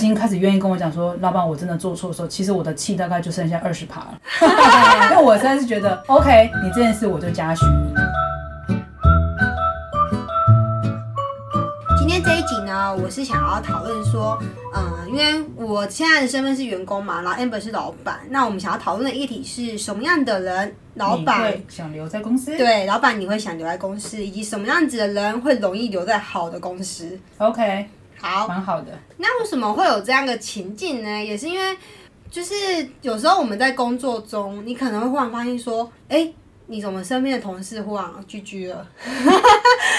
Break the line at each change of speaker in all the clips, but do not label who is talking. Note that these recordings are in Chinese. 今天开始愿意跟我讲说，老板我真的做错的时候，其实我的气大概就剩下二十趴 了，因为我实在是觉得 OK，你这件事我就嘉许你。
今天这一集呢，我是想要讨论说，呃，因为我现在的身份是员工嘛，然后 Amber 是老板，那我们想要讨论的议题是什么样的人，老
你
板
会想留在公司，
对老板你会想留在公司，以及什么样子的人会容易留在好的公司。
，OK，
好，
蛮好的。
那为什么会有这样的情境呢？也是因为，就是有时候我们在工作中，你可能会忽然发现说，哎、你怎么身边的同事忽然居居了？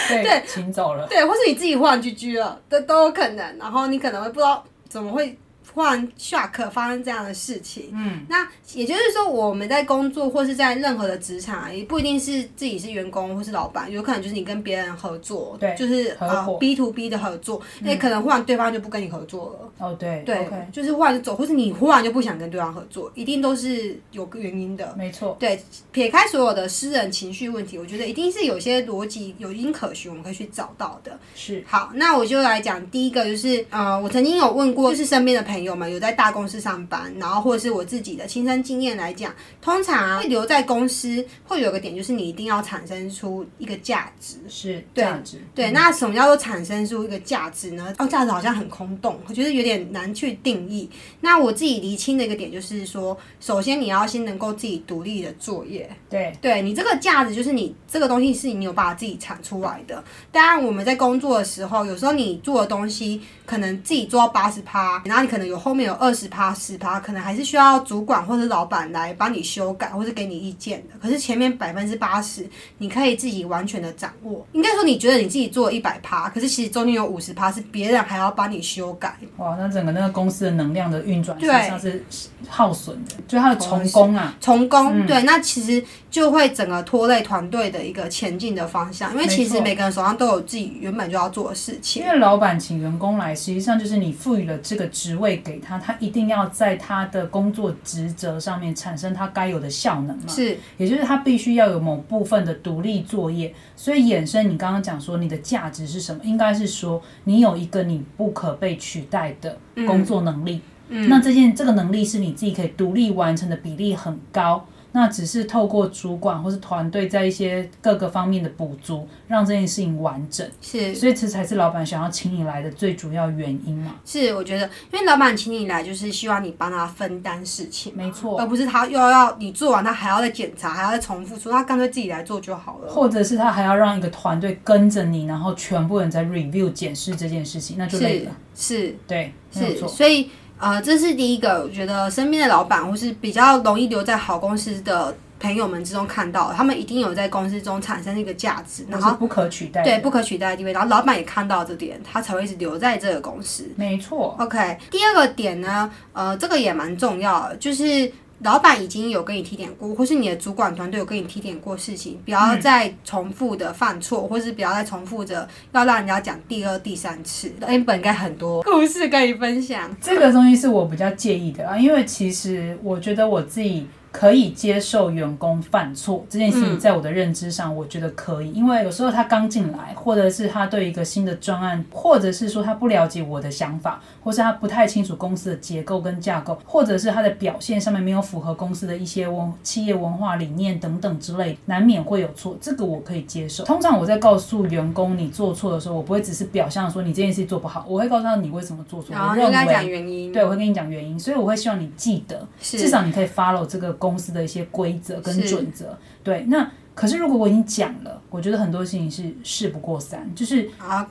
对，请走了。
对，或是你自己忽然 GG 了，都都有可能。然后你可能会不知道怎么会忽然 shock 发生这样的事情。
嗯，
那也就是说，我们在工作或是在任何的职场啊，也不一定是自己是员工或是老板，有可能就是你跟别人合作，
对
就是
合
呃
伙
B to B 的合作，那、可能忽然对方就不跟你合作了。
哦，对
对
o k
就是忽然就走，或是你忽然就不想跟对方合作，一定都是有个原因的。
没错，
对，撇开所有的私人情绪问题，我觉得一定是有些逻辑有因可循，我们可以去找到的。
是
好，那我就来讲第一个，就是呃，我曾经有问过，就是身边的朋友们有在大公司上班，然后或者是我自己的亲身经验来讲，通常、啊、会留在公司会有个点，就是你一定要产生出一个价值。
是
对
价值，
对，那什么叫做产生出一个价值呢？哦，价值好像很空洞，我觉得有点难去定义。那我自己厘清的一个点就是说，首先你要先能够自己独立的作业，
对，
对你这个价值，就是你这个东西是你有办法自己产出来的。当然，我们在工作的时候，有时候你做的东西可能自己做到八十趴，然后你可能有后面有二十趴、十趴，可能还是需要主管或者老板来帮你修改或者给你意见的。可是前面百分之八十，你可以自己完全的掌握。应该说，你觉得你自己做一百趴，可是其实中间有五十趴是别人还要帮你修改。
哇，那整个那个公司的能量的运转实
对
际上是耗损的，就它的重工啊，
重工、对，那其实就会整个拖累团队的一个前进的方向，因为
没
其实
错
每个人手上都有自己原本就要做的事情
因。为老板请员工来，实际上就是你赋予了这个职位给他，他一定要在他的工作职责上面产生他该有的效能嘛，
是
也就是他必须要有某部分的独立作业，所以衍生你刚刚讲说你的价值是什么，应该是说你有一个你不可被取代的
嗯
工作能力，那这件这个能力是你自己可以独立完成的比例很高。那只是透过主管或是团队在一些各个方面的补足，让这件事情完整，
是
所以这才是老板想要请你来的最主要原因嘛。
是，我觉得，因为老板请你来，就是希望你帮他分担事情嘛，
没错
而不是呃他又要你做完，他还要再检查，还要再重复说，他干脆自己来做就好了。
或者是他还要让一个团队跟着你，然后全部人在 review 检视这件事情，那就累
是
了。
是
对，没有
是，
错。
所以呃，这是第一个，我觉得身边的老板或是比较容易留在好公司的朋友们之中看到，他们一定有在公司中产生一个价值，然
那
后
是不可取代的。
对不可取代的地位，然后老板也看到这点，他才会一直留在这个公司。
没错，
OK，第二个点呢，呃，这个也蛮重要的，就是老板已经有跟你提点过，或是你的主管团队有跟你提点过事情，
嗯
不要再重复的犯错，或是不要再重复着要让人家讲第二、第三次。哎，本应该很多故事跟你分享。
这个东西是我比较介意的啊，因为其实我觉得我自己可以接受员工犯错这件事
嗯
情，在我的认知上，我觉得可以，因为有时候他刚进来，或者是他对一个新的专案，或者是说他不了解我的想法，或是他不太清楚公司的结构跟架构，或者是他的表现上面没有符合公司的一些文企业文化理念等等之类，难免会有错，这个我可以接受。通常我在告诉员工你做错的时候，我不会只是表象说你这件事做不好，我会告诉他你为什么做错，
然后
我
就
认
跟他
为
讲原因，
对，我会跟你讲原因，所以我会希望你记得，
是
至少你可以 follow 这个公司的一些规则跟
是
准则。对，那可是如果我已经讲了，我觉得很多事情是事不过三，就是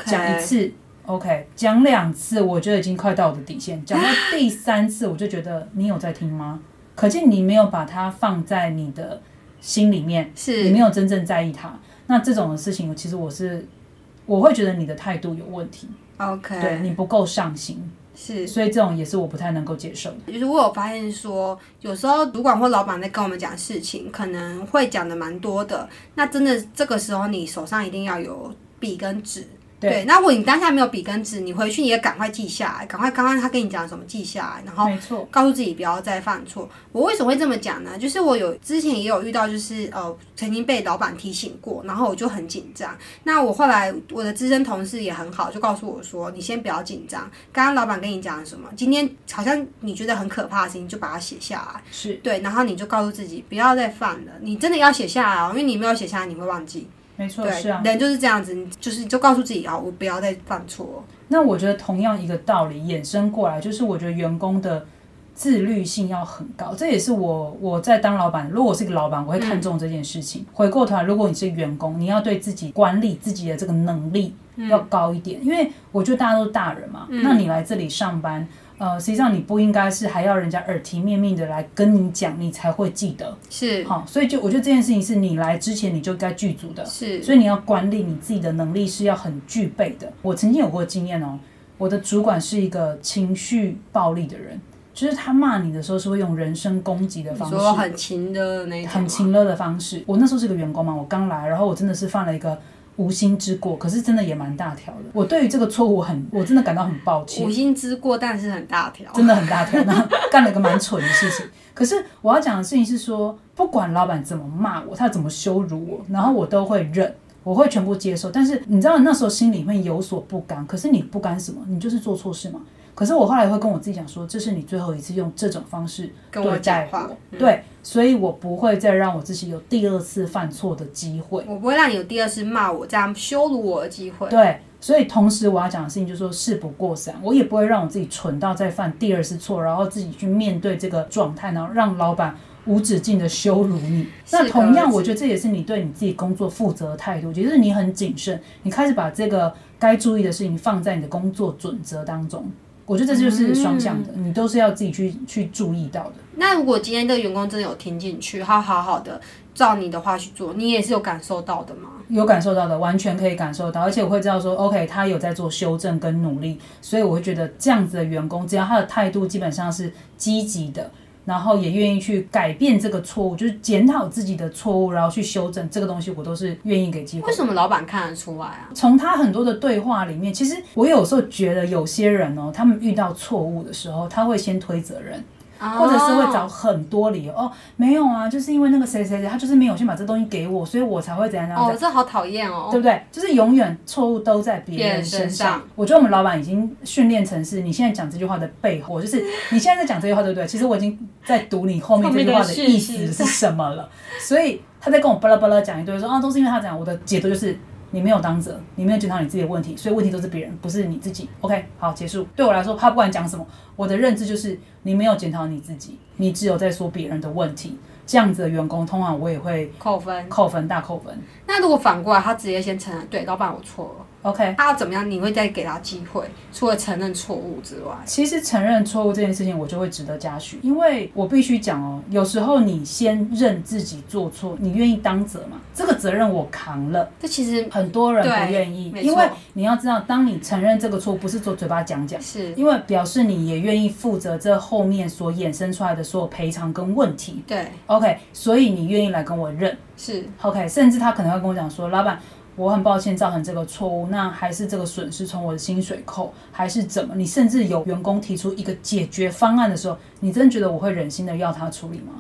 讲一
OK，
次 OK，讲两次我觉得已经快到我的底线， 讲到第三次我就觉得你有在听吗？可见你没有把它放在你的心里面，你
是
没有真正在意它。那这种的事情，其实我是我会觉得你的态度有问题，对
OK，
你不够上心，
是。
所以这种也是我不太能够接受的。
就是我有发现说，有时候主管或老板在跟我们讲事情，可能会讲的蛮多的。那真的这个时候，你手上一定要有笔跟纸，
对
对，那如果你当下没有笔跟纸，你回去你也赶快记下来，赶快刚刚他跟你讲什么记下来，然后
没错，
告诉自己不要再犯错。我为什么会这么讲呢？就是我有之前也有遇到，就是呃曾经被老板提醒过，然后我就很紧张。那我后来我的资深同事也很好，就告诉我说：“你先不要紧张，刚刚老板跟你讲了什么？今天好像你觉得很可怕的事情，就把它写下来。
是
对，然后你就告诉自己不要再犯了。你真的要写下来哦，因为你没有写下来，你会忘记。
没错，
对，
是啊。
人就是这样子，你就是你就告诉自己啊、我不要再犯错哦。
那我觉得同样一个道理衍生过来，就是我觉得员工的自律性要很高，这也是我我在当老板，如果我是个老
嗯
板，我会看重这件事情。回过头来，如果你是员工，你要对自己管理自己的这个能力
嗯
要高一点，因为我觉得大家都是大人嘛，那你来这里上班。呃，实际上你不应该是还要人家耳提面命的来跟你讲，你才会记得。
是
好，所以就我觉得这件事情是你来之前你就该具足的，
是，
所以你要管理你自己的能力是要很具备的。我曾经有过经验哦，我的主管是一个情绪暴力的人，就是他骂你的时候是会用人身攻击的
你
方
说
式，
很勤的那一种吗
很轻了的方式。我那时候是个员工嘛，我刚来，然后我真的是犯了一个无心之过，可是真的也蛮大条的。我对于这个错误很，我真的感到很抱歉
五。星之过，但是很大条。
真的很大条， 然后干了个蛮蠢的事情。可是我要讲的事情是说，不管老板怎么骂我，他怎么羞辱我，然后我都会忍，我会全部接受。但是你知道那时候心里面有所不甘，可是你不甘什么？你就是做错事嘛。可是我后来会跟我自己讲说，这是你最后一次用这种方式
跟我
对待
讲话嗯
我，对，所以我不会再让我自己有第二次犯错的机会。
我不会让你有第二次骂我、这样羞辱我的机会。
对，所以同时我要讲的事情就是说事不过三，我也不会让我自己蠢到再犯第二次错，然后自己去面对这个状态，然后让老板无止境的羞辱你。
适可
那同样，
而止
我觉得这也是你对你自己工作负责的态度，就是你很谨慎，你开始把这个该注意的事情放在你的工作准则当中。我觉得这就是双向的，你都是要自己去去注意到的。
那如果今天这个员工真的有听进去，他好好的照你的话去做，你也是有感受到的吗？
有感受到的，完全可以感受到，而且我会知道说，OK，他有在做修正跟努力，所以我会觉得这样子的员工，只要他的态度基本上是积极的，然后也愿意去改变这个错误，就是检讨自己的错误，然后去修正这个东西，我都是愿意给机会
为。什么老板看得出来啊？
从他很多的对话里面，其实我有时候觉得有些人哦，他们遇到错误的时候，他会先推责任。
啊
或者
哦
是会找很多理由哦，没有啊，就是因为那个谁谁谁，他就是没有先把这东西给我，所以我才会怎样怎样怎啊样
哦，这好讨厌哦。
对不对？就是永远错误都在别
别人
人
身
身
上
上。我觉得我们老板已经训练成是，你现在讲这句话的背后，就是 你现在在讲这句话，对不对？其实我已经在读你后面这句话的意思是什么了。所以他在跟我巴拉巴拉讲一堆，说啊，都是因为他讲。我的解读就是你没有当责，你没有检讨你自己的问题，所以问题都是别人，不是你自己。OK，好，结束。对我来说，他不管讲什么，我的认知就是你没有检讨你自己，你只有在说别人的问题。这样子的员工，通常我也会
扣分。
扣分，大扣分。
那如果反过来，他直接先承认，对，老板我错了，
OK，
他要怎么样？你会再给他机会，除了承认错误之外，
其实承认错误这件事情，我就会值得嘉许，因为我必须讲哦，有时候你先认自己做错，你愿意当责嘛？这个责任我扛了，
这其实
很多人
对
不愿意
没，错
因为你要知道，当你承认这个错，误，不是做嘴巴讲讲，
是
因为表示你也愿意负责这后面所衍生出来的所有赔偿跟问题。
对，
OK，所以你愿意来跟我认。
是
OK，甚至他可能会跟我讲说，老板，我很抱歉造成这个错误，那还是这个损失从我的薪水扣，还是怎么？你甚至有员工提出一个解决方案的时候，你真觉得我会忍心的要他处理吗？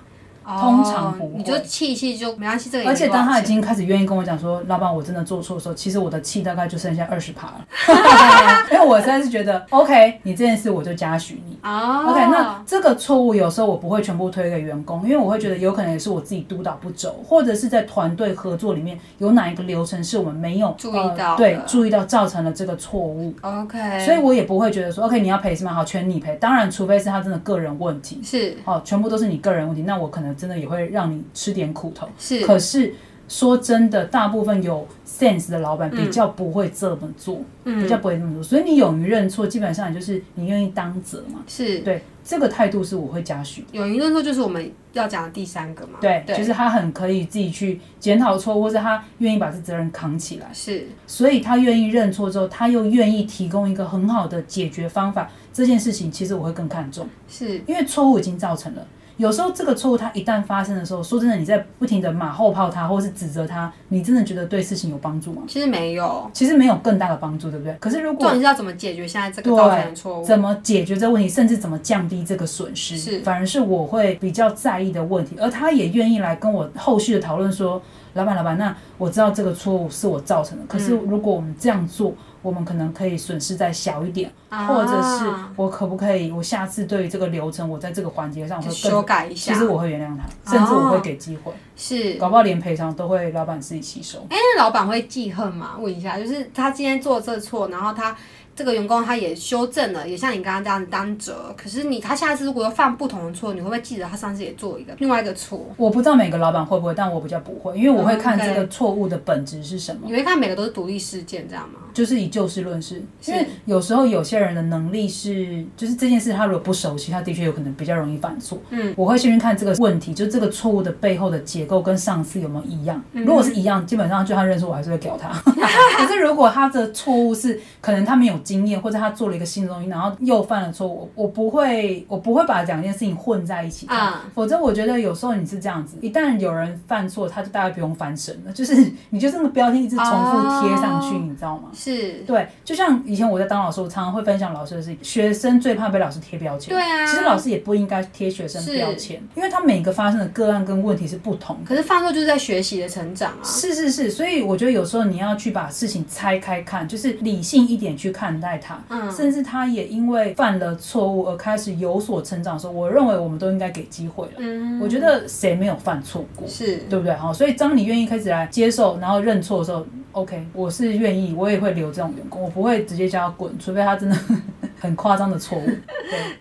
通常不
哦
会
你就气一气就没关系，这个也
而且
没多少
当他已
钱
经开始愿意跟我讲说，老板，我真的做错的时候，其实我的气大概就剩下二十趴了， 因为我实在是觉得，OK，你这件事我就嘉许你。
哦
OK，那这个错误有时候我不会全部推给员工，因为我会觉得有可能也是我自己督导不周，或者是在团队合作里面有哪一个流程是我们没有
注意到的
呃，对，注意到造成了这个错误，
OK，
所以我也不会觉得说 OK 你要赔是吗？好，全你赔。当然，除非是他真的个人问题，
是
哦，全部都是你个人问题，那我可能真的也会让你吃点苦头。
是
可是说真的，大部分有 sense 的老板
嗯
比较不会这么做，比较不会这么做，所以你勇于认错，基本上你就是你愿意当责嘛。
是
对，这个态度是我会嘉许的。
有一论说就是我们要讲的第三个嘛，
对，
对
就是他很可以自己去检讨错，或者他愿意把这责任扛起来，
是
所以他愿意认错之后，他又愿意提供一个很好的解决方法。这件事情其实我会更看重，
是
因为错误已经造成了，有时候这个错误它一旦发生的时候，说真的，你在不停的马后炮他，或是指责他，你真的觉得对事情有帮助吗？
其实没有，
其实没有更大的帮助，对不对？可是如
重
果
点是要怎么解决现在这个造成的错误。
怎么解决这个问题，甚至怎么降低这个损失，
是
反而是我会比较在意的问题。而他也愿意来跟我后续的讨论说，老板，老板，那我知道这个错误是我造成
嗯
的，可是如果我们这样做，我们可能可以损失再小一点，
啊
或者是我可不可以，我下次对于这个流程，我在这个环节上我
就
会
修
更。
改一下哦
其。实我会原谅他，甚至我会给机会，
是，
搞不好连赔偿都会老板自己吸收。
哎、那老板会记恨吗？问一下，就是他今天做这错，然后他这个员工他也修正了，也像你刚刚这样担责。可是你他下次如果又犯不同的错，你会不会记得他上次也做一个另外一个错？
我不知道每个老板会不会，但我比较不会，因为我会看
嗯
这
，OK
个错误的本质是什么。
你会看每个都是独立事件，这样吗？
就是以就事论事，
是
因为有时候有些人的能力是，就是这件事他如果不熟悉，他的确有可能比较容易犯错。
嗯，
我会先去看这个问题，就这个错误的背后的结构跟上次有没有一样。
嗯
如果是一样，基本上就他认识我还是会 屌他。可是如果他的错误是可能他没有经验，或者他做了一个新的东西，然后又犯了错误，我我不会我不会把两件事情混在一起看。
啊
否则我觉得有时候你是这样子，一旦有人犯错，他就大概不用翻身了，就是你就这个标签一直重复贴上去，
哦
你知道吗？
是，
对，就像以前我在当老师，我常常会分享老师的事情。学生最怕被老师贴标签，
对啊。
其实老师也不应该贴学生
是
标签，因为他每个发生的个案跟问题是不同的。
可是犯错就是在学习的成长啊。
是是是，所以我觉得有时候你要去把事情拆开看，就是理性一点去看待它。
嗯
甚至他也因为犯了错误而开始有所成长的时候，我认为我们都应该给机会了。
嗯，
我觉得谁没有犯错过？
是
对不对？好，所以当你愿意开始来接受，然后认错的时候，OK，我是愿意，我也会留这种员工，我不会直接叫他滚，除非他真的 很夸张的错误，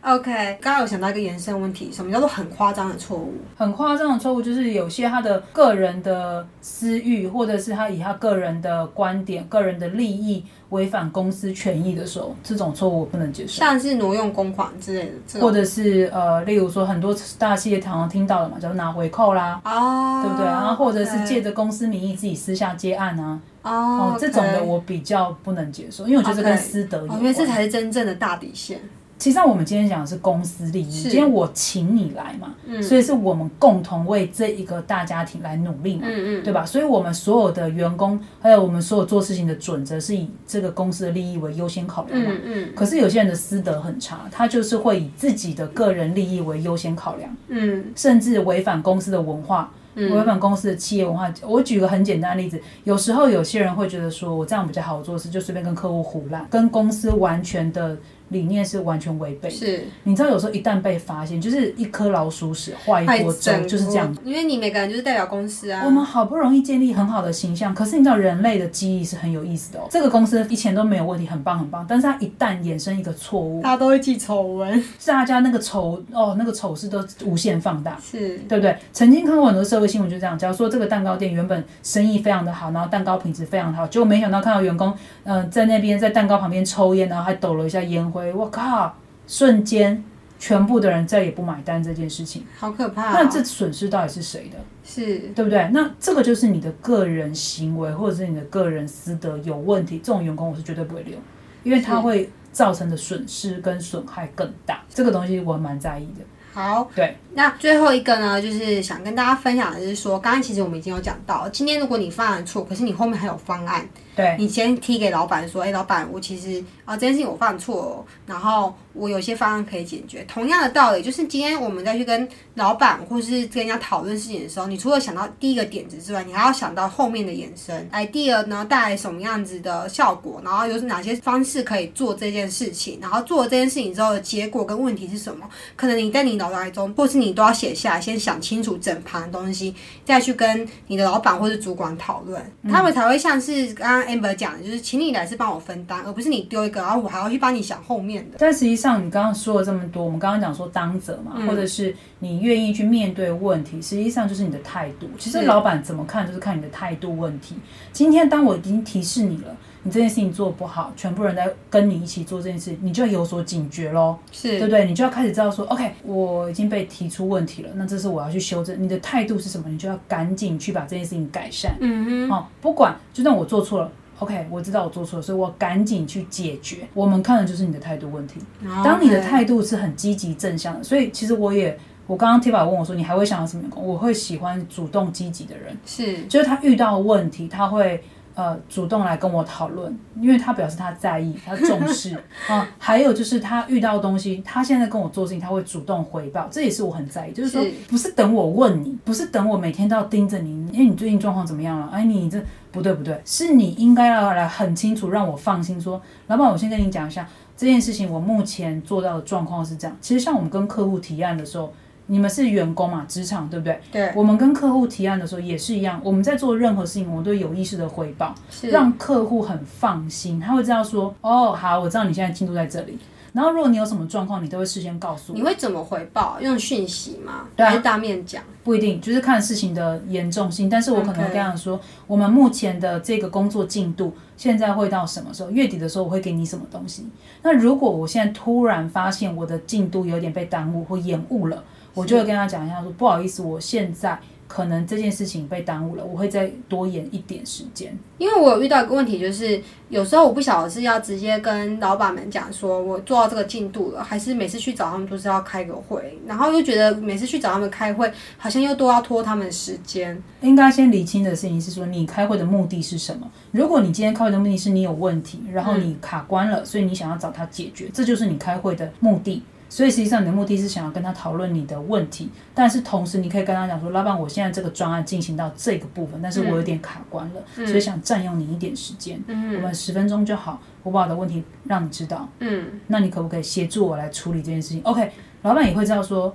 OK。刚刚有想到一个延伸问题，什么叫做很夸张的错误？
很夸张的错误就是有些他的个人的私欲，或者是他以他个人的观点、个人的利益违反公司权益的时候，这种错误我不能接受。
像是挪用公款之类的这种
或者是呃，例如说很多大企业常常听到的嘛，叫拿回扣啦，
哦，
对不对？然后或者是借
OK
着公司名义自己私下接案啊，
哦
哦，这种的
OK
我比较不能接受，因为我觉得这
OK
跟私德有
哦，
关。
因为这才是真正的大底线。
其实上我们今天讲的是公司利益，
是
今天我请你来嘛，
嗯
所以是我们共同为这一个大家庭来努力嘛，
嗯
对吧？所以我们所有的员工，还有我们所有做事情的准则是以这个公司的利益为优先考量嘛。
嗯
可是有些人的私德很差，他就是会以自己的个人利益为优先考量，
嗯
甚至违反公司的文化，违反公司的企业文化。我举个很简单的例子，有时候有些人会觉得说，我这样比较好做事，就随便跟客户胡乱，跟公司完全的理念是完全违背
嗯，
的。
是
你知道，有时候一旦被发现，就是一颗老鼠屎坏一
太
锅粥，
整
就是这样。
因为你每个人就是代表公司啊。
我们好不容易建立很好的形象，可是你知道人类的记忆是很有意思的哦。这个公司以前都没有问题，很棒很棒，但是它一旦衍生一个错误，
大家都会记丑闻，
是大家那个丑哦，那个丑事都无限放大。
是
对不对？曾经看过很多社会新闻，就这样，假如说这个蛋糕店原本生意非常的好，然后蛋糕品质非常好，结果没想到看到员工，嗯、在那边在蛋糕旁边抽烟，然后还抖了一下烟灰，我靠！瞬间，全部的人再也不买单这件事情，
好可怕哦。
那这损失到底是谁的，
是
对不对？那这个就是你的个人行为或者是你的个人私德有问题，这种员工我是绝对不会留，因为他
是
会造成的损失跟损害更大，这个东西我蛮在意的。
好，
对，
那最后一个呢，就是想跟大家分享的是说，刚刚其实我们已经有讲到，今天如果你犯了错，可是你后面还有方案，
对，
你先踢给老板说，哎、老板，我其实啊、这件事情我犯错、哦，然后我有些方案可以解决。同样的道理，就是今天我们再去跟老板或是跟人家讨论事情的时候，你除了想到第一个点子之外，你还要想到后面的延伸，idea 呢带来什么样子的效果，然后有哪些方式可以做这件事情，然后做了这件事情之后的结果跟问题是什么，可能你在你脑袋中，或是你都要写下来，先想清楚整盘的东西，再去跟你的老板或是主管讨论，
嗯
他们才会像是刚刚 Amber 讲的，就是请你来是帮我分担，而不是你丢一个，然后我还要去帮你想后面的。
但实际上，你刚刚说了这么多，我们刚刚讲说当责嘛，
嗯
或者是你愿意去面对问题，实际上就是你的态度。其实
是
老板怎么看，就是看你的态度问题。今天当我已经提示你了，你这件事情做不好，全部人在跟你一起做这件事，你就要有所警觉喽，对不
是
对？你就要开始知道说，OK，我已经被提出问题了，那这是我要去修正。你的态度是什么？你就要赶紧去把这件事情改善。
嗯
哦，不管，就算我做错了，OK，我知道我做错了，所以我赶紧去解决。我们看的就是你的态度问题。
哼，
当你的
然后
态度是很积极正向的，所以其实我也我刚刚 Tifa 问我说，你还会想要什么员工？我会喜欢主动积极的人，
是
就是他遇到问题，他会呃主动来跟我讨论，因为他表示他在意，他重视啊。还有就是他遇到东西，他现在跟我做事情，他会主动回报，这也是我很在意。就是说
是，
不是等我问你，不是等我每天都要盯着你，哎，你最近状况怎么样了？哎，你这不对不对，是你应该要来很清楚，让我放心说，老板，我先跟你讲一下这件事情，我目前做到的状况是这样。其实像我们跟客户提案的时候，你们是员工嘛，职场对不对？
对，
我们跟客户提案的时候也是一样，我们在做任何事情，我们都有意识的回报，
是
让客户很放心，他会知道说，哦，好，我知道你现在进度在这里。然后如果你有什么状况，你都会事先告诉我
你。会怎么回报？用讯息吗？
对啊
还是当面讲？
不一定，就是看事情的严重性。但是我可能会
OK
跟他说我们目前的这个工作进度现在会到什么时候？月底的时候我会给你什么东西？那如果我现在突然发现我的进度有点被耽误或延误了，我就会跟他讲一下说，不好意思，我现在可能这件事情被耽误了，我会再多延一点时间。
因为我有遇到一个问题，就是有时候我不晓得是要直接跟老板们讲说我做到这个进度了，还是每次去找他们都是要开个会，然后又觉得每次去找他们开会，好像又都要拖他们时间。
应该先理清的事情是说，你开会的目的是什么？如果你今天开会的目的是你有问题，然后你卡关了，所以你想要找他解决，这就是你开会的目的。所以实际上你的目的是想要跟他讨论你的问题，但是同时你可以跟他讲说，老板，我现在这个专案进行到这个部分，但是我有点卡关了，
嗯
所以想占用你一点时间，我们十分钟就好，我把我的问题让你知道，
嗯，
那你可不可以协助我来处理这件事情？OK，老板也会知道说，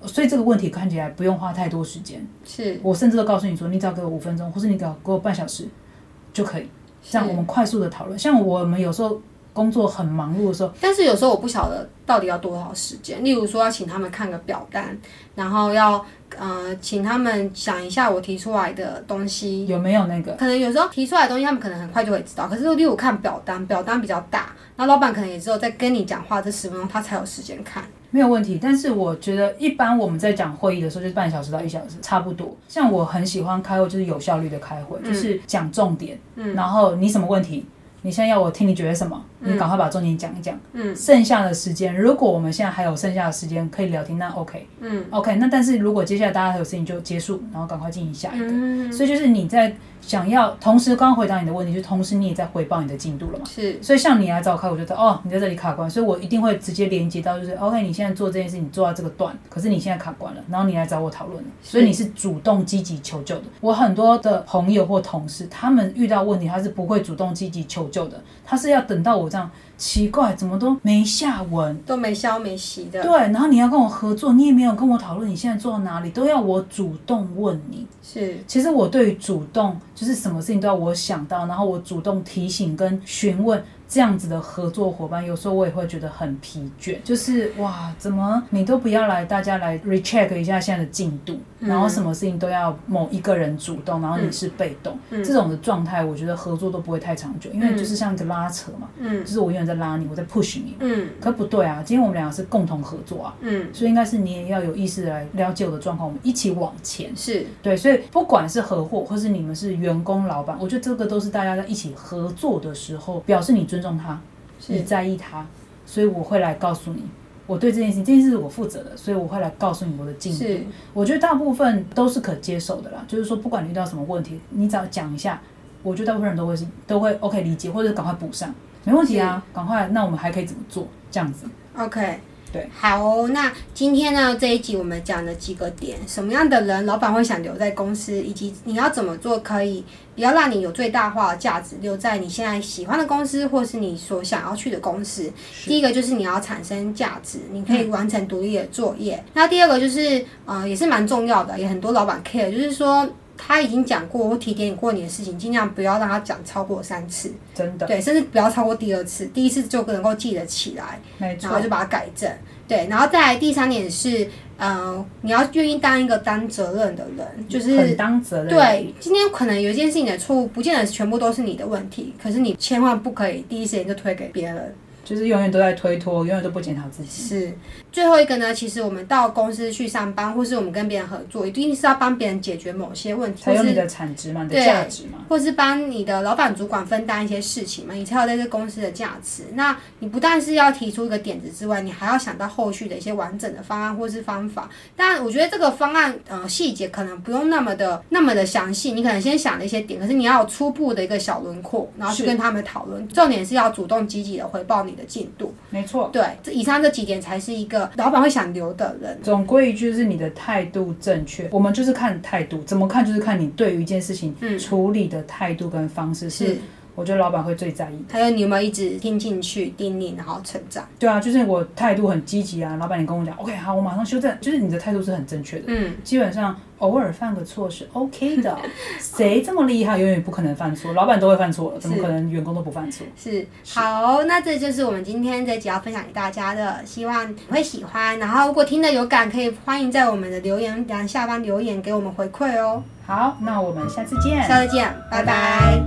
哦所以这个问题看起来不用花太多时间。
是
我甚至都告诉你说，你只要给我五分钟，或是你给我给我半小时就可以，这样我们快速的讨论。像我们有时候工作很忙碌的时候，
但是有时候我不晓得到底要多少时间，例如说要请他们看个表单，然后要呃请他们想一下我提出来的东西，
有没有那个
可能有时候提出来的东西他们可能很快就会知道，可是例如看表单，表单比较大，那老板可能也只有在跟你讲话这十分钟他才有时间看。
没有问题？但是我觉得一般我们在讲会议的时候，就是半小时到一小时差不多。像我很喜欢开会，就是有效率的开会，就是讲重点，然后你什么问题。你现在要我听你觉得什么？你赶快把重点讲一讲。嗯，剩下的时间，如果我们现在还有剩下的时间可以聊天，那 OK。嗯，OK。那但是如果接下来大家还有事情就结束，然后赶快进行下一个。
嗯，
所以就是你在想要同时刚刚回答你的问题，就同时你也在回报你的进度了嘛。
是
所以像你来找我开，我就知道哦，你在这里卡关，所以我一定会直接连接到就是 OK，你现在做这件事，你做到这个段，可是你现在卡关了，然后你来找我讨论了，
是
所以你是主动积极求救的。我很多的朋友或同事，他们遇到问题，他是不会主动积极求救的，他是要等到我这样奇怪，怎么都没下文，
都没消没息的，
对，然后你要跟我合作，你也没有跟我讨论你现在做到哪里，都要我主动问你。
是
其实我对于主动，就是什么事情都要我想到，然后我主动提醒跟询问这样子的合作伙伴，有时候我也会觉得很疲倦，就是哇，怎么你都不要来，大家来 recheck 一下现在的进度，
嗯
然后什么事情都要某一个人主动，然后你是被动，
嗯
这种的状态，我觉得合作都不会太长久，因为就是像一个拉扯嘛，
嗯
就是我永远在拉你，我在 push 你，
嗯
可不对啊，今天我们俩是共同合作啊。
嗯
所以应该是你也要有意识地来了解我的状况，我们一起往前。
是
对，所以不管是合伙，或是你们是员工、老板，我觉得这个都是大家在一起合作的时候，表示你尊重他，你
是
在意他，所以我会来告诉你，我对这件事情，这件事是我负责的，所以我会来告诉你我的进
是
度。我觉得大部分都是可接受的啦，就是说不管你遇到什么问题，你只要讲一下，我觉得大部分人都会是都会 OK 理解，或者是赶快补上，没问题啊，赶快，那我们还可以怎么做？这样子。
OK。
对，
好哦、那今天呢这一集我们讲了几个点，什么样的人老板会想留在公司，以及你要怎么做可以不要让你有最大化的价值留在你现在喜欢的公司，或是你所想要去的公司。第一个就是嗯你要产生价值，你可以完成独立的作业。那第二个就是，呃，也是蛮重要的，也很多老板 care，就是说他已经讲过或提点过你的事情，尽量不要让他讲超过三次，
真的，
对，甚至不要超过第二次，第一次就能够记得起来，
没
然
错
后，就把它改正。对，然后再来第三点是，呃，你要愿意当一个担责任的人，就是
很当责任。
对，今天可能有一件事情的错误，不见得全部都是你的问题，可是你千万不可以第一时间就推给别人。
就是永远都在推脱，永远都不检讨自己。
是最后一个呢，其实我们到公司去上班，或是我们跟别人合作，一定是要帮别人解决某些问题，
才
或
有你
是
的产值嘛，你的
对
价值嘛。
或是帮你的老板、主管分担一些事情嘛，你才有在这公司的价值。那你不但是要提出一个点子之外，你还要想到后续的一些完整的方案或是方法。但我觉得这个方案呃细节可能不用那么的那么的详细，你可能先想了一些点，可是你要有初步的一个小轮廓，然后去
是
跟他们讨论。重点是要主动积极的回报你的进度。
没错，
对，这以上这几点才是一个老板会想留的人。
总归一句就是你的态度正确。我们就是看态度，怎么看就是看你对于一件事情
嗯
处理的态度跟方式，是
是，
我觉得老板会最在意。
还有你有没有一直听进去、叮咛，然后成长？
对啊，就是我态度很积极啊，老板你跟我讲，OK，好，我马上修正。就是你的态度是很正确的，
嗯，
基本上偶尔犯个错是 OK 的。谁这么厉害，永远不可能犯错，老板都会犯错了，怎么
是
可能员工都不犯错？
是好，那这就是我们今天这集要分享给大家的，希望你会喜欢。然后如果听得有感，可以欢迎在我们的留言栏下方留言给我们回馈哦。
好，那我们下次见。
下次见，拜拜